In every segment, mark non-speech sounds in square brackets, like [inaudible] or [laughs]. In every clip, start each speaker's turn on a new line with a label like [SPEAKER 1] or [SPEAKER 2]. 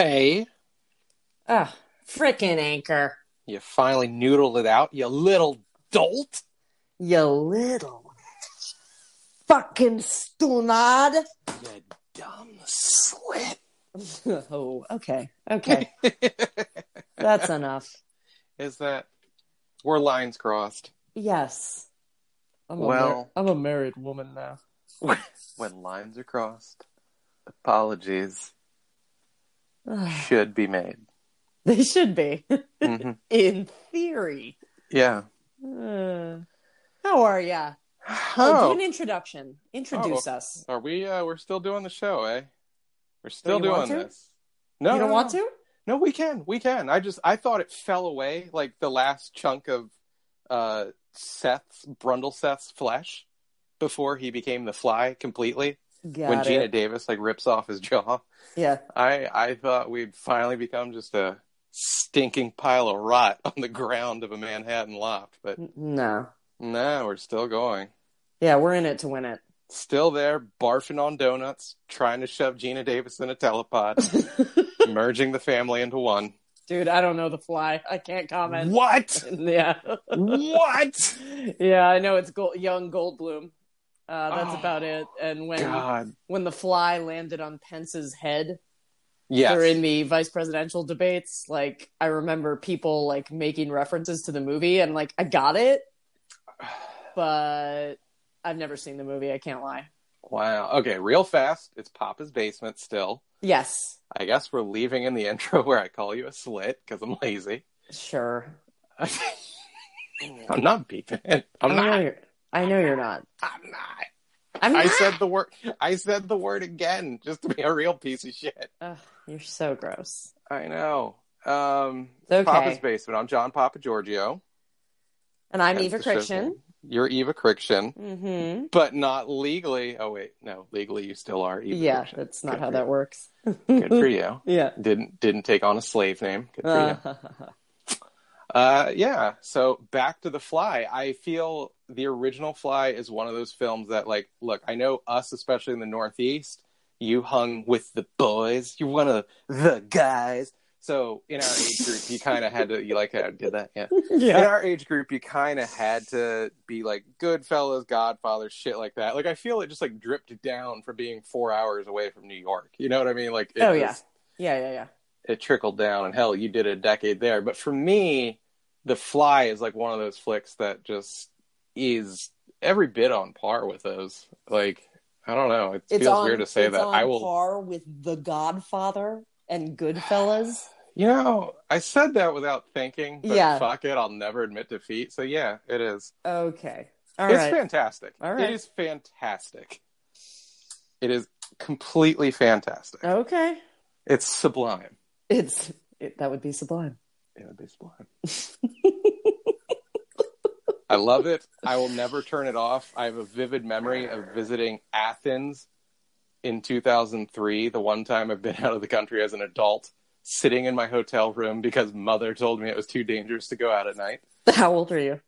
[SPEAKER 1] Hey,
[SPEAKER 2] Ah, frickin' anchor.
[SPEAKER 1] you finally noodled it out, you little dolt.
[SPEAKER 2] You little fucking stunad.
[SPEAKER 1] You dumb slit.
[SPEAKER 2] [laughs] oh, okay.
[SPEAKER 1] [laughs]
[SPEAKER 2] Okay. That's enough.
[SPEAKER 1] Is that were lines crossed
[SPEAKER 2] Yes. I'm a
[SPEAKER 1] Well-
[SPEAKER 2] mar- I'm a married woman now.
[SPEAKER 1] when lines are crossed? Apologies should be made.
[SPEAKER 2] [sighs] they should be, [laughs]
[SPEAKER 1] hmm
[SPEAKER 2] in theory.
[SPEAKER 1] [laughs]
[SPEAKER 2] [sighs]
[SPEAKER 1] Yeah.
[SPEAKER 2] Uh, how are ya? Oh, do
[SPEAKER 1] Oh,
[SPEAKER 2] an introduction. Introduce us.
[SPEAKER 1] are we? Uh, we're still doing the show, eh? We're still
[SPEAKER 2] Don't Oh, you
[SPEAKER 1] doing
[SPEAKER 2] want to?
[SPEAKER 1] this. No,
[SPEAKER 2] you don't
[SPEAKER 1] no,
[SPEAKER 2] want
[SPEAKER 1] no.
[SPEAKER 2] to?
[SPEAKER 1] No, we can. We can. I just I thought it fell away like the last chunk of uh Seth's Brundle Seth's flesh before he became the fly completely.
[SPEAKER 2] Got
[SPEAKER 1] when
[SPEAKER 2] it.
[SPEAKER 1] Gina Davis like rips off his jaw.
[SPEAKER 2] Yeah.
[SPEAKER 1] I I thought we'd finally become just a stinking pile of rot on the ground of a Manhattan loft, but
[SPEAKER 2] N- No.
[SPEAKER 1] no, we're still going.
[SPEAKER 2] Yeah, we're in it to win it. [laughs]
[SPEAKER 1] Still there, barfing on donuts, trying to shove Gina Davis in a
[SPEAKER 2] [laughs]
[SPEAKER 1] telepod, merging the family into one.
[SPEAKER 2] Dude, I don't know the fly. I can't comment.
[SPEAKER 1] What?
[SPEAKER 2] [laughs] Yeah.
[SPEAKER 1] what?
[SPEAKER 2] Yeah, I know it's Gold, young Goldblum. Uh, that's
[SPEAKER 1] Oh,
[SPEAKER 2] about it. And when
[SPEAKER 1] God.
[SPEAKER 2] when the fly landed on Pence's head
[SPEAKER 1] Yes.
[SPEAKER 2] during the vice presidential debates, like I remember people like making references to the movie, and like I got it, but I've never seen the movie. I can't lie.
[SPEAKER 1] wow. Okay, real fast. It's Papa's basement still.
[SPEAKER 2] Yes,
[SPEAKER 1] I guess we're leaving in the [laughs] intro where I call you a slit because I'm lazy. [laughs]
[SPEAKER 2] sure.
[SPEAKER 1] I'm not beeping it. I'm
[SPEAKER 2] I know
[SPEAKER 1] not.
[SPEAKER 2] you're. I know you're not.
[SPEAKER 1] I'm not.
[SPEAKER 2] I'm
[SPEAKER 1] I
[SPEAKER 2] not.
[SPEAKER 1] said the word. I said the word again just to be a real piece of shit.
[SPEAKER 2] Ugh, you're so gross.
[SPEAKER 1] I know. Um,
[SPEAKER 2] Okay.
[SPEAKER 1] Papa's basement. I'm John Papa Giorgio.
[SPEAKER 2] And I'm
[SPEAKER 1] That's
[SPEAKER 2] Eva
[SPEAKER 1] the show's
[SPEAKER 2] Christian.
[SPEAKER 1] name. You're Eva Crichton,
[SPEAKER 2] Mm-hmm.
[SPEAKER 1] but not legally. Oh wait, no, legally you still are Eva.
[SPEAKER 2] Yeah,
[SPEAKER 1] Crichton.
[SPEAKER 2] that's not
[SPEAKER 1] Good
[SPEAKER 2] how
[SPEAKER 1] for
[SPEAKER 2] that works.
[SPEAKER 1] Good for you.
[SPEAKER 2] Yeah.
[SPEAKER 1] Didn't didn't take on a slave name. Good for you.
[SPEAKER 2] Uh,
[SPEAKER 1] Uh, yeah. So back to the Fly. I feel the original Fly is one of those films that, like, look, I know us, especially in the Northeast, you hung with the boys. You're one of the guys. So in our age group, you kind of had to. You like how I did that? Yeah. In
[SPEAKER 2] [laughs] yeah.
[SPEAKER 1] our age group, you kind of had to be like Goodfellas, Godfather, shit like that. Like I feel it just like dripped down from being four hours away from New York. You know what I mean? Like it
[SPEAKER 2] Oh,
[SPEAKER 1] was-
[SPEAKER 2] yeah. Yeah, yeah, yeah.
[SPEAKER 1] it trickled down and hell you did a decade there but for me the fly is like one of those flicks that just is every bit on par with those like i don't know it feels weird to say
[SPEAKER 2] it's
[SPEAKER 1] that
[SPEAKER 2] on
[SPEAKER 1] i will
[SPEAKER 2] par with The Godfather and Goodfellas.
[SPEAKER 1] you know i said that without thinking but
[SPEAKER 2] Yeah.
[SPEAKER 1] fuck it i'll never admit defeat so yeah it is
[SPEAKER 2] Okay. all right.
[SPEAKER 1] it's fantastic
[SPEAKER 2] All right.
[SPEAKER 1] it is fantastic it is completely fantastic
[SPEAKER 2] Okay.
[SPEAKER 1] it's sublime
[SPEAKER 2] It's it, that would be sublime.
[SPEAKER 1] it would be sublime I love it. I will never turn it off. I have a vivid memory of visiting Athens in 2003, the one time I've been [laughs] out of the country as an adult, sitting in my hotel room because mother told me it was too dangerous to go out at night.
[SPEAKER 2] [laughs] How old are you?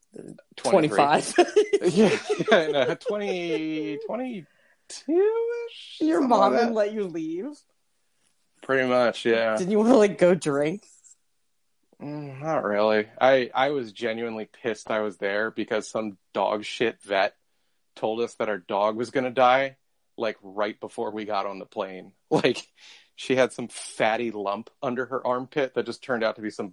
[SPEAKER 1] 23.
[SPEAKER 2] five.
[SPEAKER 1] [laughs] yeah, yeah, no, 20, 22-ish?
[SPEAKER 2] [laughs] Your
[SPEAKER 1] something
[SPEAKER 2] mom
[SPEAKER 1] like
[SPEAKER 2] didn't
[SPEAKER 1] that.
[SPEAKER 2] let you leave.
[SPEAKER 1] Pretty much, yeah.
[SPEAKER 2] Didn't you want to like go drink?
[SPEAKER 1] Mm, not really. I I was genuinely pissed I was there because some dog shit vet told us that our dog was gonna die like right before we got on the plane. [laughs] Like she had some fatty lump under her armpit that just turned out to be some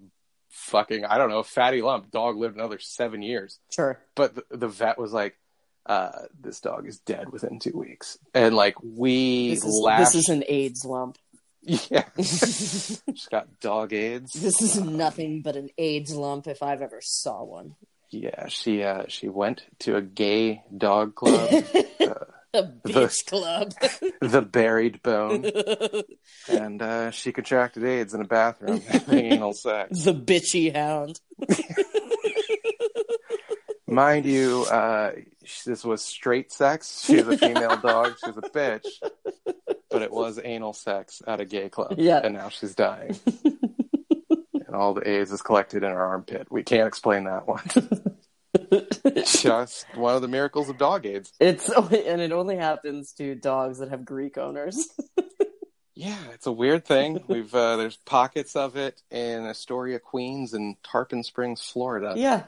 [SPEAKER 1] fucking I don't know fatty lump. Dog lived another seven years,
[SPEAKER 2] Sure.
[SPEAKER 1] but the, the vet was like, uh, "This dog is dead within two weeks," and like we
[SPEAKER 2] This is
[SPEAKER 1] laughed.
[SPEAKER 2] this is an AIDS lump.
[SPEAKER 1] [laughs]
[SPEAKER 2] [laughs]
[SPEAKER 1] yeah,
[SPEAKER 2] this
[SPEAKER 1] she's got dog AIDS.
[SPEAKER 2] is nothing but an AIDS lump if I've ever saw one.
[SPEAKER 1] Yeah, she uh she went to a gay dog club,
[SPEAKER 2] [laughs] a beach club. [laughs]
[SPEAKER 1] the Buried Bone, and uh, she contracted AIDS in a bathroom [laughs] having anal sex.
[SPEAKER 2] the bitchy hound.
[SPEAKER 1] Mind you, uh, sh- this was straight sex. She was a female dog. She was a bitch, but it was anal sex at a gay club.
[SPEAKER 2] Yeah.
[SPEAKER 1] and now she's dying. And all the AIDS is collected in her armpit. We can't explain that one. Just one of the miracles of dog AIDS.
[SPEAKER 2] It's and it only happens to dogs that have Greek owners.
[SPEAKER 1] Yeah, it's a weird thing. We've uh, there's pockets of it in Astoria, Queens, and Tarpon Springs, Florida.
[SPEAKER 2] Yeah.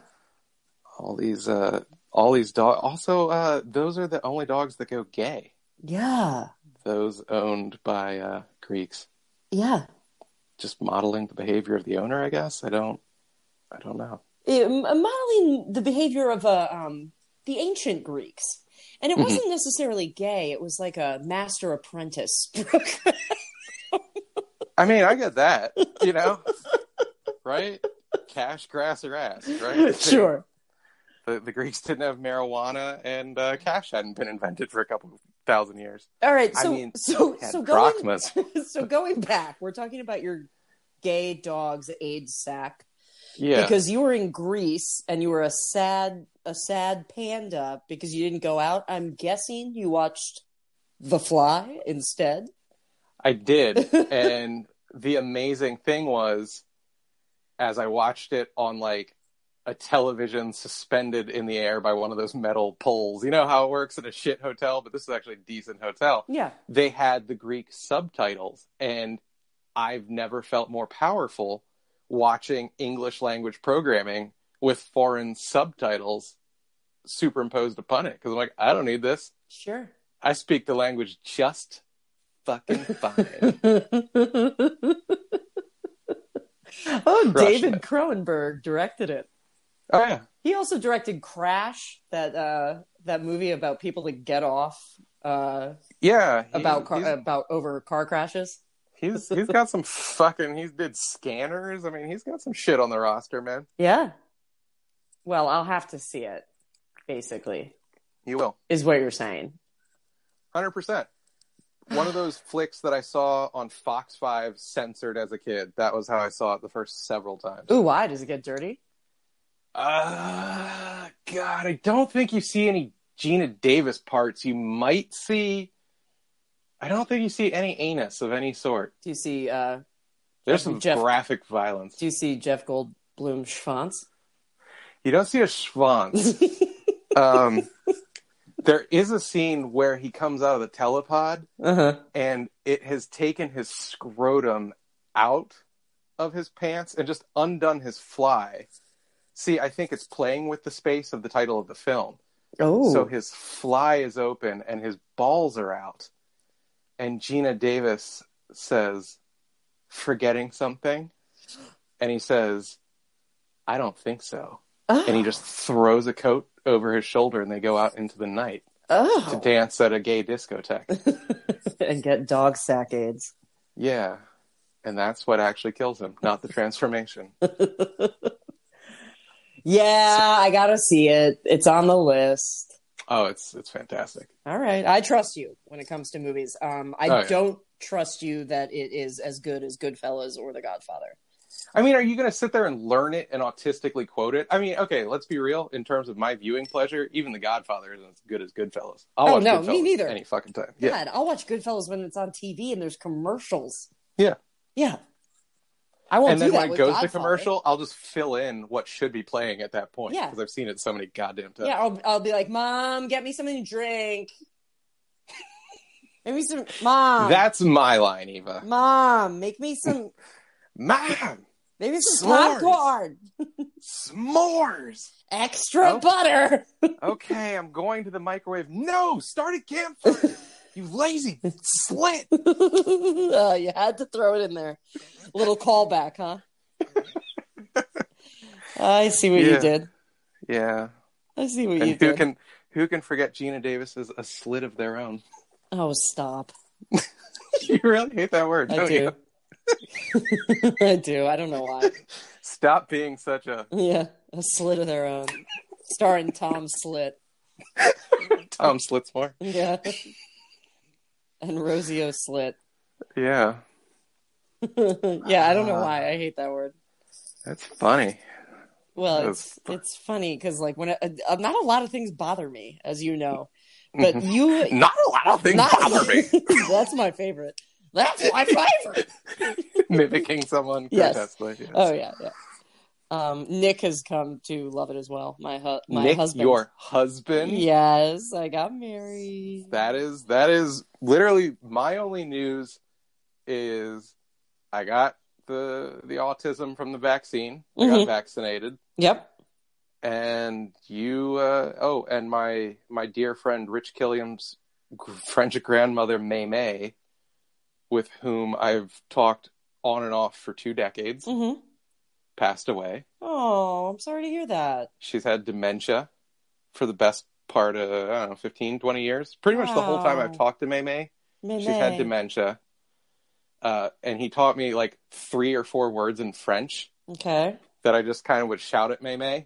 [SPEAKER 1] All these uh, all these dogs. Also, uh, those are the only dogs that go gay.
[SPEAKER 2] [laughs] Yeah.
[SPEAKER 1] Those owned by uh, Greeks.
[SPEAKER 2] Yeah.
[SPEAKER 1] Just modeling the behavior of the owner, I guess. I don't. I don't know.
[SPEAKER 2] It- m- modeling the behavior of uh, um, the ancient Greeks. And it
[SPEAKER 1] Mhm.
[SPEAKER 2] wasn't necessarily gay, it was like a master apprentice [laughs] program.
[SPEAKER 1] I mean, I get that. You
[SPEAKER 2] [laughs]
[SPEAKER 1] know, right? Cash, grass, or ass. Right.
[SPEAKER 2] [laughs] sure.
[SPEAKER 1] The, the Greeks didn't have marijuana, and uh, cash hadn't been invented for a couple thousand years.
[SPEAKER 2] All right,
[SPEAKER 1] I
[SPEAKER 2] so
[SPEAKER 1] mean,
[SPEAKER 2] so
[SPEAKER 1] had
[SPEAKER 2] so going
[SPEAKER 1] drachmas.
[SPEAKER 2] [laughs] so going back, we're talking about your gay dog's AIDS sack
[SPEAKER 1] Yeah.
[SPEAKER 2] because you were in Greece and you were a sad a sad panda because you didn't go out. I'm guessing you watched The Fly instead.
[SPEAKER 1] I [laughs] did. and the amazing thing was, as I watched it on like a television suspended in the air by one of those metal poles, you know how it works in a shit hotel, but this is actually a decent hotel.
[SPEAKER 2] Yeah.
[SPEAKER 1] They had the Greek subtitles, and I've never felt more powerful watching English language programming with foreign subtitles superimposed upon it because I'm like, I don't need this.
[SPEAKER 2] [laughs] Sure.
[SPEAKER 1] I speak the language just fucking fine.
[SPEAKER 2] oh,
[SPEAKER 1] Crushed
[SPEAKER 2] David
[SPEAKER 1] it.
[SPEAKER 2] Cronenberg directed it.
[SPEAKER 1] [laughs] Oh yeah.
[SPEAKER 2] He also directed Crash, that uh, that movie about people that get off uh,
[SPEAKER 1] Yeah, he-
[SPEAKER 2] about car,
[SPEAKER 1] he's,
[SPEAKER 2] about over car crashes.
[SPEAKER 1] he's he's got some fucking he's did scanners. I mean, he's got some shit on the roster, man.
[SPEAKER 2] Yeah. Well, I'll have to see it. Basically,
[SPEAKER 1] He will,
[SPEAKER 2] is what you're saying.
[SPEAKER 1] hundred percent. One of those flicks that I saw on Fox Five censored as a kid. That was how I saw it the first several times.
[SPEAKER 2] Ooh, why does it get dirty?
[SPEAKER 1] Uh, God, I don't think you see any Gina Davis parts. You might see. I don't think you see any anus of any sort.
[SPEAKER 2] Do you see? Uh,
[SPEAKER 1] There's some
[SPEAKER 2] Jeff-
[SPEAKER 1] graphic violence.
[SPEAKER 2] do you see Jeff Goldblum [laughs] schwanz?
[SPEAKER 1] You don't see a schwanz. um, there is a scene where he comes out of the telepod
[SPEAKER 2] uh-huh.
[SPEAKER 1] and it has taken his scrotum out of his pants and just undone his fly. See, I think it's playing with the space of the title of the film.
[SPEAKER 2] Oh,
[SPEAKER 1] So his fly is open and his balls are out. And Gina Davis says, forgetting something. And he says, I don't think so.
[SPEAKER 2] Ah.
[SPEAKER 1] And he just throws a coat over his shoulder and they go out into the night to
[SPEAKER 2] oh.
[SPEAKER 1] dance at a gay discotheque.
[SPEAKER 2] [laughs] and get dog sack aids.
[SPEAKER 1] yeah. And that's what actually kills him, not the
[SPEAKER 2] [laughs]
[SPEAKER 1] transformation.
[SPEAKER 2] Yeah, I gotta see it. It's on the list.
[SPEAKER 1] oh, it's it's fantastic.
[SPEAKER 2] All right, I trust you when it comes to movies. Um, I
[SPEAKER 1] Oh, yeah.
[SPEAKER 2] don't trust you that it is as good as Goodfellas or The Godfather.
[SPEAKER 1] I mean, are you going to sit there and learn it and autistically quote it? I mean, okay, let's be real. In terms of my viewing pleasure, even The Godfather isn't as good as Goodfellas. I'll
[SPEAKER 2] Oh,
[SPEAKER 1] watch
[SPEAKER 2] no,
[SPEAKER 1] Goodfellas
[SPEAKER 2] me neither.
[SPEAKER 1] Any fucking time. Yeah.
[SPEAKER 2] God, I'll watch Goodfellas when it's on TV and there's commercials.
[SPEAKER 1] Yeah.
[SPEAKER 2] yeah. I won't
[SPEAKER 1] and
[SPEAKER 2] do
[SPEAKER 1] then
[SPEAKER 2] that
[SPEAKER 1] when it
[SPEAKER 2] with
[SPEAKER 1] goes
[SPEAKER 2] Godfather.
[SPEAKER 1] to commercial, I'll just fill in what should be playing at that point
[SPEAKER 2] Yeah.
[SPEAKER 1] because I've seen it so many goddamn times.
[SPEAKER 2] Yeah, I'll I'll be like, Mom, get me something to drink. [laughs] Give me some, Mom.
[SPEAKER 1] That's my line, Eva.
[SPEAKER 2] Mom, make me some,
[SPEAKER 1] Mom,
[SPEAKER 2] make me some
[SPEAKER 1] S'mores.
[SPEAKER 2] popcorn,
[SPEAKER 1] s'mores.
[SPEAKER 2] extra
[SPEAKER 1] Oh.
[SPEAKER 2] butter. [laughs]
[SPEAKER 1] okay, I'm going to the microwave. No, start a
[SPEAKER 2] [laughs]
[SPEAKER 1] campfire. You lazy slit.
[SPEAKER 2] Uh, you had to throw it in there. Little
[SPEAKER 1] [laughs]
[SPEAKER 2] callback, huh? I see what
[SPEAKER 1] Yeah.
[SPEAKER 2] you did.
[SPEAKER 1] Yeah.
[SPEAKER 2] I see what
[SPEAKER 1] And
[SPEAKER 2] you
[SPEAKER 1] who
[SPEAKER 2] did.
[SPEAKER 1] can who can forget Gina Davis's a slit of their own? [laughs]
[SPEAKER 2] Oh, stop.
[SPEAKER 1] you really hate that word,
[SPEAKER 2] I
[SPEAKER 1] don't
[SPEAKER 2] do.
[SPEAKER 1] you?
[SPEAKER 2] [laughs] I do. I don't know why.
[SPEAKER 1] Stop being such a
[SPEAKER 2] Yeah. A slit of their own. Starring Tom Slit.
[SPEAKER 1] Tom Slitsmore.
[SPEAKER 2] Yeah. [laughs] And Rosio Slit.
[SPEAKER 1] Yeah.
[SPEAKER 2] [laughs] yeah, I don't know why I hate that word.
[SPEAKER 1] That's funny.
[SPEAKER 2] Well,
[SPEAKER 1] That's-
[SPEAKER 2] it's it's funny because like when I, uh, not a lot of things bother me, as you know,
[SPEAKER 1] [laughs]
[SPEAKER 2] but you
[SPEAKER 1] Not a lot of Mm-hmm. things bother me.
[SPEAKER 2] [laughs] That's my favorite. That's
[SPEAKER 1] [laughs]
[SPEAKER 2] my favorite.
[SPEAKER 1] Mimicking someone
[SPEAKER 2] Yes.
[SPEAKER 1] grotesquely. Yes.
[SPEAKER 2] oh yeah, yeah. Um, Nick has come to love it as well. My hu- my
[SPEAKER 1] Nick,
[SPEAKER 2] husband.
[SPEAKER 1] your husband.
[SPEAKER 2] Yes, I got married.
[SPEAKER 1] That is that is literally my only news is I got the the autism from the vaccine. I
[SPEAKER 2] Mhm.
[SPEAKER 1] got vaccinated,
[SPEAKER 2] Yep.
[SPEAKER 1] and you. Uh, oh, and my my dear friend Rich Killiam's gr- French grandmother May May, with whom I've talked on and off for two decades,
[SPEAKER 2] Mm-hmm.
[SPEAKER 1] passed away.
[SPEAKER 2] Oh, I'm sorry to hear that.
[SPEAKER 1] She's had dementia for the best part of I don't know 15, 20 years. Pretty much the whole time
[SPEAKER 2] Wow.
[SPEAKER 1] I've talked to May May.
[SPEAKER 2] Meme.
[SPEAKER 1] She's had dementia. Uh, and he taught me like three or four words in French
[SPEAKER 2] Okay.
[SPEAKER 1] that I just kind of would shout at Maymay.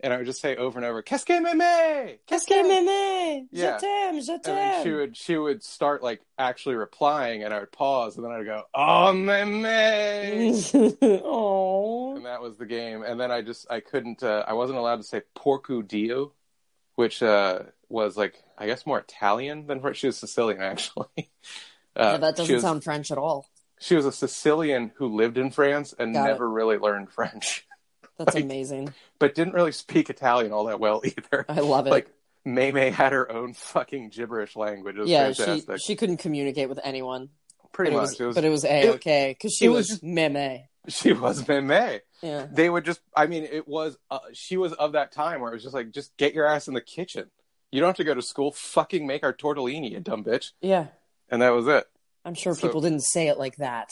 [SPEAKER 1] And I would just say over and over, Qu'est-ce que Maymay?
[SPEAKER 2] Qu'est-ce que meme?
[SPEAKER 1] Yeah.
[SPEAKER 2] Je t'aime, je
[SPEAKER 1] And then she
[SPEAKER 2] t'aime.
[SPEAKER 1] would she would start like actually replying and I would pause and then I'd go, Oh Maymay
[SPEAKER 2] [laughs] Oh.
[SPEAKER 1] And that was the game. And then I just I couldn't uh, I wasn't allowed to say porco dio, which uh, was like I guess more Italian than French. She was Sicilian [laughs] actually. Uh,
[SPEAKER 2] Yeah, that
[SPEAKER 1] she
[SPEAKER 2] doesn't
[SPEAKER 1] was-
[SPEAKER 2] sound French at all.
[SPEAKER 1] She was a Sicilian who lived in France and
[SPEAKER 2] Got it.
[SPEAKER 1] never really learned French, [laughs]
[SPEAKER 2] That's
[SPEAKER 1] Like-
[SPEAKER 2] amazing.
[SPEAKER 1] but didn't really speak Italian all that well [laughs] either.
[SPEAKER 2] I love it.
[SPEAKER 1] Like, May May had her own fucking gibberish language. It was
[SPEAKER 2] yeah, she,
[SPEAKER 1] fantastic.
[SPEAKER 2] she couldn't communicate with anyone.
[SPEAKER 1] Pretty
[SPEAKER 2] but
[SPEAKER 1] much.
[SPEAKER 2] It was,
[SPEAKER 1] It was,
[SPEAKER 2] but it was a okay because she
[SPEAKER 1] it was
[SPEAKER 2] was, just meme.
[SPEAKER 1] she was May May.
[SPEAKER 2] Yeah.
[SPEAKER 1] They would just, I mean, it was, uh, she was of that time where it was just like, just get your ass in the kitchen. You don't have to go to school. Fucking make our tortellini, you dumb bitch.
[SPEAKER 2] Yeah.
[SPEAKER 1] And that was it.
[SPEAKER 2] I'm sure
[SPEAKER 1] So-
[SPEAKER 2] people didn't say it like that.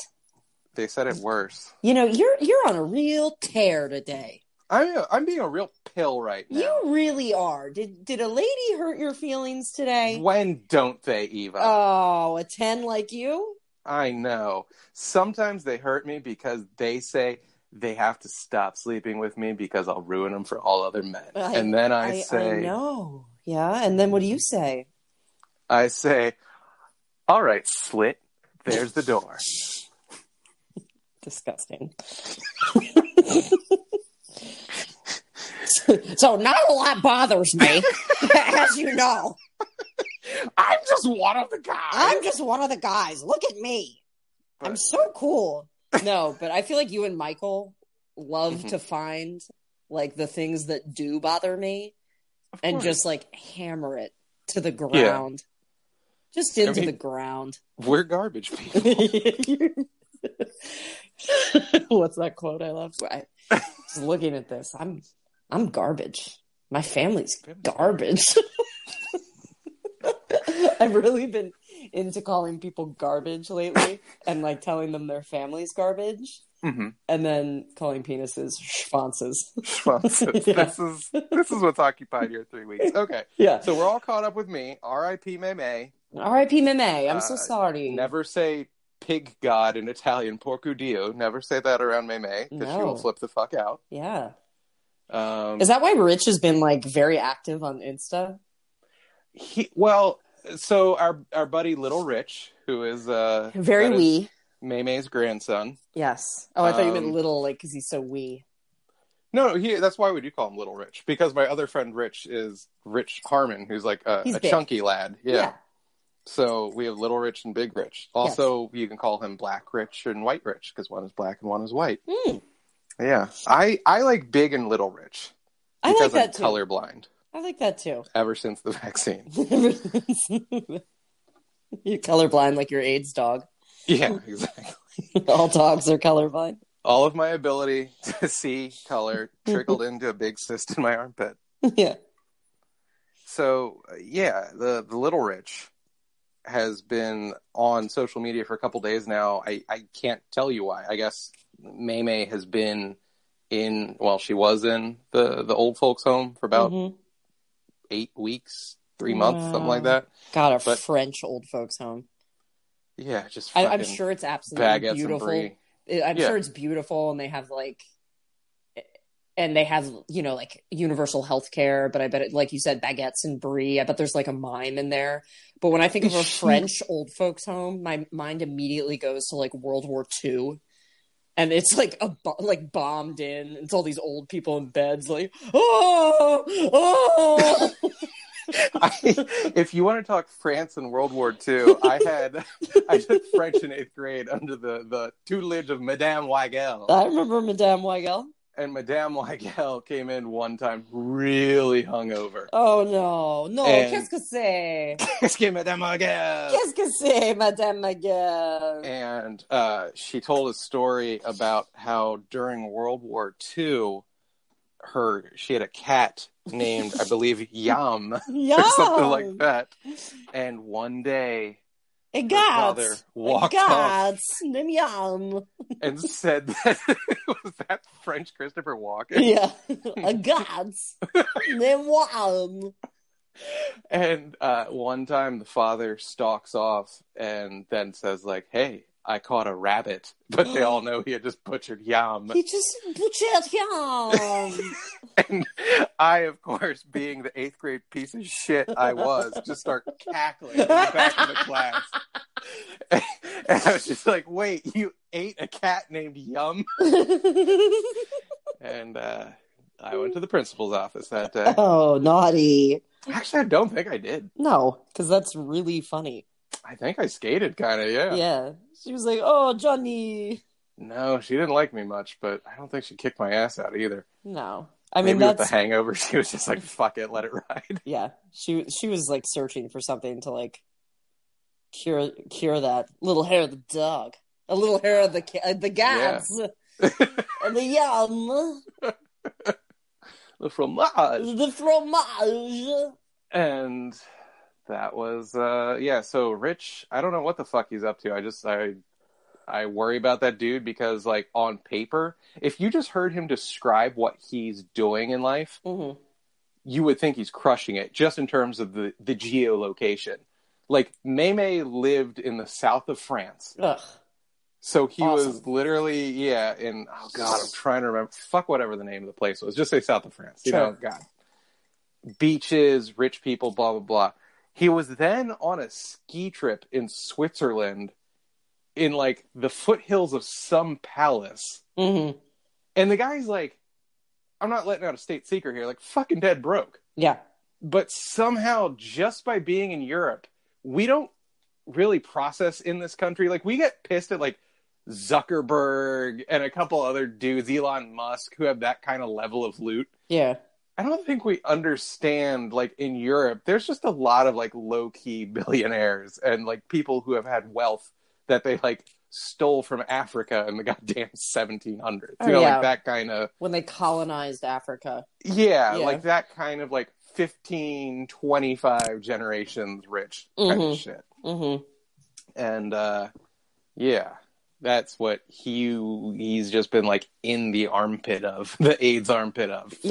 [SPEAKER 1] They said it worse.
[SPEAKER 2] You know, you're you're on a real tear today.
[SPEAKER 1] I'm, I'm being a real pill right now.
[SPEAKER 2] You really are. Did did a lady hurt your feelings today?
[SPEAKER 1] when don't they, Eva?
[SPEAKER 2] Oh, a ten like you?
[SPEAKER 1] I know. Sometimes they hurt me because they say they have to stop sleeping with me because I'll ruin them for all other men.
[SPEAKER 2] I-
[SPEAKER 1] and then I,
[SPEAKER 2] I, I
[SPEAKER 1] say,
[SPEAKER 2] know. Yeah. And then what do you say?
[SPEAKER 1] I, say, all right, slit, there's the door.
[SPEAKER 2] Disgusting. so, so not a lot bothers me, [laughs] as you know.
[SPEAKER 1] I'm just one of the guys.
[SPEAKER 2] I'm just one of the guys. Look at me. I'm
[SPEAKER 1] But-
[SPEAKER 2] so cool. No, but I feel like you and Michael love
[SPEAKER 1] Mhm.
[SPEAKER 2] to find like the things that do bother me
[SPEAKER 1] Of
[SPEAKER 2] and
[SPEAKER 1] course.
[SPEAKER 2] just like hammer it to the ground. Just into
[SPEAKER 1] mean-
[SPEAKER 2] the ground.
[SPEAKER 1] we're garbage people.
[SPEAKER 2] [laughs] What's that quote I love? I, just looking at this, I'm I'm garbage. My family's garbage. [laughs] I've really been into calling people garbage lately and like telling them their family's garbage
[SPEAKER 1] Mhm.
[SPEAKER 2] and then calling penises schwanzes. [laughs]
[SPEAKER 1] Schwanzes.
[SPEAKER 2] Yeah.
[SPEAKER 1] This is this is what's occupied your three weeks. Okay,
[SPEAKER 2] Yeah.
[SPEAKER 1] so we're all caught up with me. R.I.P. May May.
[SPEAKER 2] R.I.P. Meme. I'm so
[SPEAKER 1] Uh,
[SPEAKER 2] sorry.
[SPEAKER 1] Never say pig god in Italian, porco dio. Never say that around May May because she
[SPEAKER 2] No.
[SPEAKER 1] will flip the fuck out.
[SPEAKER 2] Yeah.
[SPEAKER 1] Um,
[SPEAKER 2] Is that why Rich has been like very active on Insta?
[SPEAKER 1] he, well, so our our buddy Little Rich, who is uh,
[SPEAKER 2] Very
[SPEAKER 1] that is
[SPEAKER 2] wee.
[SPEAKER 1] May May's grandson.
[SPEAKER 2] Yes. Oh, I thought you meant
[SPEAKER 1] Um,
[SPEAKER 2] little, like because he's so wee.
[SPEAKER 1] No, no, he, that's why we do call him Little Rich because my other friend Rich is Rich Harmon, who's like a,
[SPEAKER 2] He's
[SPEAKER 1] a
[SPEAKER 2] big.
[SPEAKER 1] chunky lad. Yeah. So we have Little Rich and Big Rich. Also, you can call him Black Rich and White Rich because one is black and one is white.
[SPEAKER 2] Yeah. Mm.
[SPEAKER 1] Yeah, I I like Big and Little Rich
[SPEAKER 2] I like
[SPEAKER 1] because
[SPEAKER 2] that too.
[SPEAKER 1] I'm colorblind
[SPEAKER 2] I like that too. [laughs]
[SPEAKER 1] ever since the vaccine.
[SPEAKER 2] you colorblind like your AIDS dog. [laughs]
[SPEAKER 1] Yeah, exactly.
[SPEAKER 2] All dogs are colorblind. [laughs]
[SPEAKER 1] All of my ability to see color
[SPEAKER 2] Mm-hmm.
[SPEAKER 1] trickled into a big cyst in my armpit.
[SPEAKER 2] yeah.
[SPEAKER 1] So uh, yeah, the the little rich has been on social media for a couple days now. I I can't tell you why. I guess May May has been in well, she was in the the old folks home for about
[SPEAKER 2] Mhm.
[SPEAKER 1] eight weeks, three months, something like
[SPEAKER 2] Wow.
[SPEAKER 1] that.
[SPEAKER 2] God, a
[SPEAKER 1] but-
[SPEAKER 2] French old folks home.
[SPEAKER 1] Yeah, just
[SPEAKER 2] I,
[SPEAKER 1] fucking
[SPEAKER 2] I'm sure it's absolutely
[SPEAKER 1] baguettes and
[SPEAKER 2] beautiful.
[SPEAKER 1] brie.
[SPEAKER 2] I- I'm
[SPEAKER 1] Yeah.
[SPEAKER 2] sure it's beautiful, and they have like, and they have you know like universal health care. But I bet, it, like you said, baguettes and brie. I bet there's like a mime in there. But when I think
[SPEAKER 1] [laughs]
[SPEAKER 2] of a French old folks' home, my mind immediately goes to like World War II. And it's like a bo- like bombed in. It's all these old people in beds, like oh,
[SPEAKER 1] [laughs]
[SPEAKER 2] oh.
[SPEAKER 1] I- if you want to talk France and World War II, I had [laughs] I took
[SPEAKER 2] Uh.
[SPEAKER 1] French in eighth grade under the the tutelage of Madame Weigel.
[SPEAKER 2] I remember Madame Weigel.
[SPEAKER 1] and Madame Weigel came in one time really hungover. [laughs]
[SPEAKER 2] Oh no, no,
[SPEAKER 1] And-
[SPEAKER 2] qu'est-ce
[SPEAKER 1] [laughs]
[SPEAKER 2] que c'est?
[SPEAKER 1] Excuse me, Madame Weigel.
[SPEAKER 2] Qu'est-ce que c'est, Madame Maguire?
[SPEAKER 1] and uh, she told a story about how during World War II, her she had a cat named I believe Yam [laughs] or
[SPEAKER 2] Yeah,
[SPEAKER 1] something
[SPEAKER 2] Oh.
[SPEAKER 1] like that, and one day
[SPEAKER 2] A
[SPEAKER 1] her father
[SPEAKER 2] gat. A
[SPEAKER 1] walked up
[SPEAKER 2] gat.
[SPEAKER 1] [laughs]
[SPEAKER 2] Name yum.
[SPEAKER 1] and said [laughs] that was that French Christopher Walken,
[SPEAKER 2] Yeah. [laughs] A gat. Name
[SPEAKER 1] [laughs]
[SPEAKER 2] yum.
[SPEAKER 1] and uh, one time the father stalks off and then says like, "Hey." I caught a rabbit, [laughs] but they all know he had just butchered
[SPEAKER 2] [laughs]
[SPEAKER 1] Yam.
[SPEAKER 2] He just butchered yum. [laughs]
[SPEAKER 1] And I, of course, being the eighth grade piece of shit I was, just start cackling in the back of the class. [laughs] And I was just like, wait, you ate a cat named Yum? And uh, I went to the principal's office that
[SPEAKER 2] [laughs]
[SPEAKER 1] day.
[SPEAKER 2] oh, naughty.
[SPEAKER 1] Actually, I don't think I did.
[SPEAKER 2] No, because that's really funny.
[SPEAKER 1] I think I skated, kind of, yeah.
[SPEAKER 2] Yeah. She was like, oh, Johnny.
[SPEAKER 1] No, she didn't like me much, but I don't think she kicked my ass out either.
[SPEAKER 2] No. I mean,
[SPEAKER 1] Maybe with
[SPEAKER 2] that's.
[SPEAKER 1] the hangover, [laughs] she was just like, fuck it, let it
[SPEAKER 2] [laughs]
[SPEAKER 1] ride.
[SPEAKER 2] yeah she she was like searching for something to like cure cure that little hair of the dog a little hair of the ca- uh,
[SPEAKER 1] [laughs]
[SPEAKER 2] the gods and the yum
[SPEAKER 1] The fromage.
[SPEAKER 2] the fromage
[SPEAKER 1] and that was uh yeah so rich i don't know what the fuck he's up to i just i i worry about that dude because like on paper if you just heard him describe what he's doing in life
[SPEAKER 2] hmm
[SPEAKER 1] you would think he's crushing it just in terms of the the geolocation like Maymay lived in the south of france
[SPEAKER 2] Ugh.
[SPEAKER 1] so he was
[SPEAKER 2] Awesome.
[SPEAKER 1] literally yeah in oh god i'm trying to remember fuck whatever the name of the place was just say south of france you
[SPEAKER 2] Sure.
[SPEAKER 1] know god beaches, rich people, blah blah blah. He was then on a ski trip in Switzerland in like the foothills of some palace.
[SPEAKER 2] hmm
[SPEAKER 1] And the guy's like, I'm not letting out a state secret here, like fucking dead broke.
[SPEAKER 2] yeah
[SPEAKER 1] But somehow just by being in Europe, we don't really process in this country. Like we get pissed at like Zuckerberg and a couple other dudes, Elon Musk, who have that kind of level of loot.
[SPEAKER 2] yeah
[SPEAKER 1] I don't think we understand like in Europe there's just a lot of like low key billionaires and like people who have had wealth that they like stole from Africa in the [laughs] goddamn 1700s. You
[SPEAKER 2] Oh,
[SPEAKER 1] know
[SPEAKER 2] yeah.
[SPEAKER 1] like that kind of
[SPEAKER 2] when they colonized africa
[SPEAKER 1] yeah,
[SPEAKER 2] Yeah.
[SPEAKER 1] like that kind of like 15 25 generations rich kind
[SPEAKER 2] Mhm.
[SPEAKER 1] of shit.
[SPEAKER 2] mm-hmm.
[SPEAKER 1] And uh yeah, that's what he he's just been like in the armpit of [laughs] the AIDS armpit of for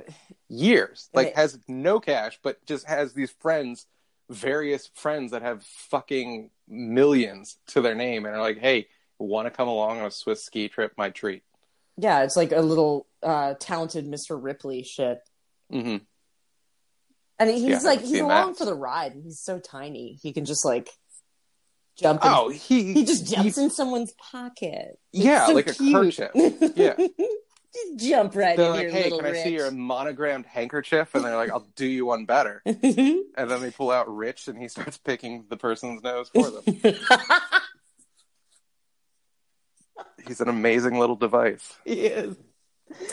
[SPEAKER 2] yeah
[SPEAKER 1] years. Like
[SPEAKER 2] Right.
[SPEAKER 1] has no cash, but just has these friends, various friends that have fucking millions to their name, and are like, "Hey, want to come along on a Swiss ski trip? My treat."
[SPEAKER 2] yeah it's like a little uh talented mr ripley shit
[SPEAKER 1] hmm
[SPEAKER 2] and he's
[SPEAKER 1] Yeah, I
[SPEAKER 2] like
[SPEAKER 1] haven't
[SPEAKER 2] he's
[SPEAKER 1] seen
[SPEAKER 2] along
[SPEAKER 1] that.
[SPEAKER 2] for the ride and he's so tiny he can just like jump and
[SPEAKER 1] Oh, he
[SPEAKER 2] He just
[SPEAKER 1] he-
[SPEAKER 2] jumps in someone's pocket.
[SPEAKER 1] yeah,
[SPEAKER 2] so
[SPEAKER 1] like
[SPEAKER 2] cute.
[SPEAKER 1] a kerchief.
[SPEAKER 2] [laughs]
[SPEAKER 1] Yeah.
[SPEAKER 2] just jump right
[SPEAKER 1] They're
[SPEAKER 2] in
[SPEAKER 1] like,
[SPEAKER 2] here,
[SPEAKER 1] "Hey,
[SPEAKER 2] little
[SPEAKER 1] can I see your monogrammed handkerchief?" And they're like, "I'll do you one better."
[SPEAKER 2] Rich.
[SPEAKER 1] And then they pull out Rich, and he [laughs] starts picking the person's nose for them. [laughs] He's an amazing little device.
[SPEAKER 2] yes.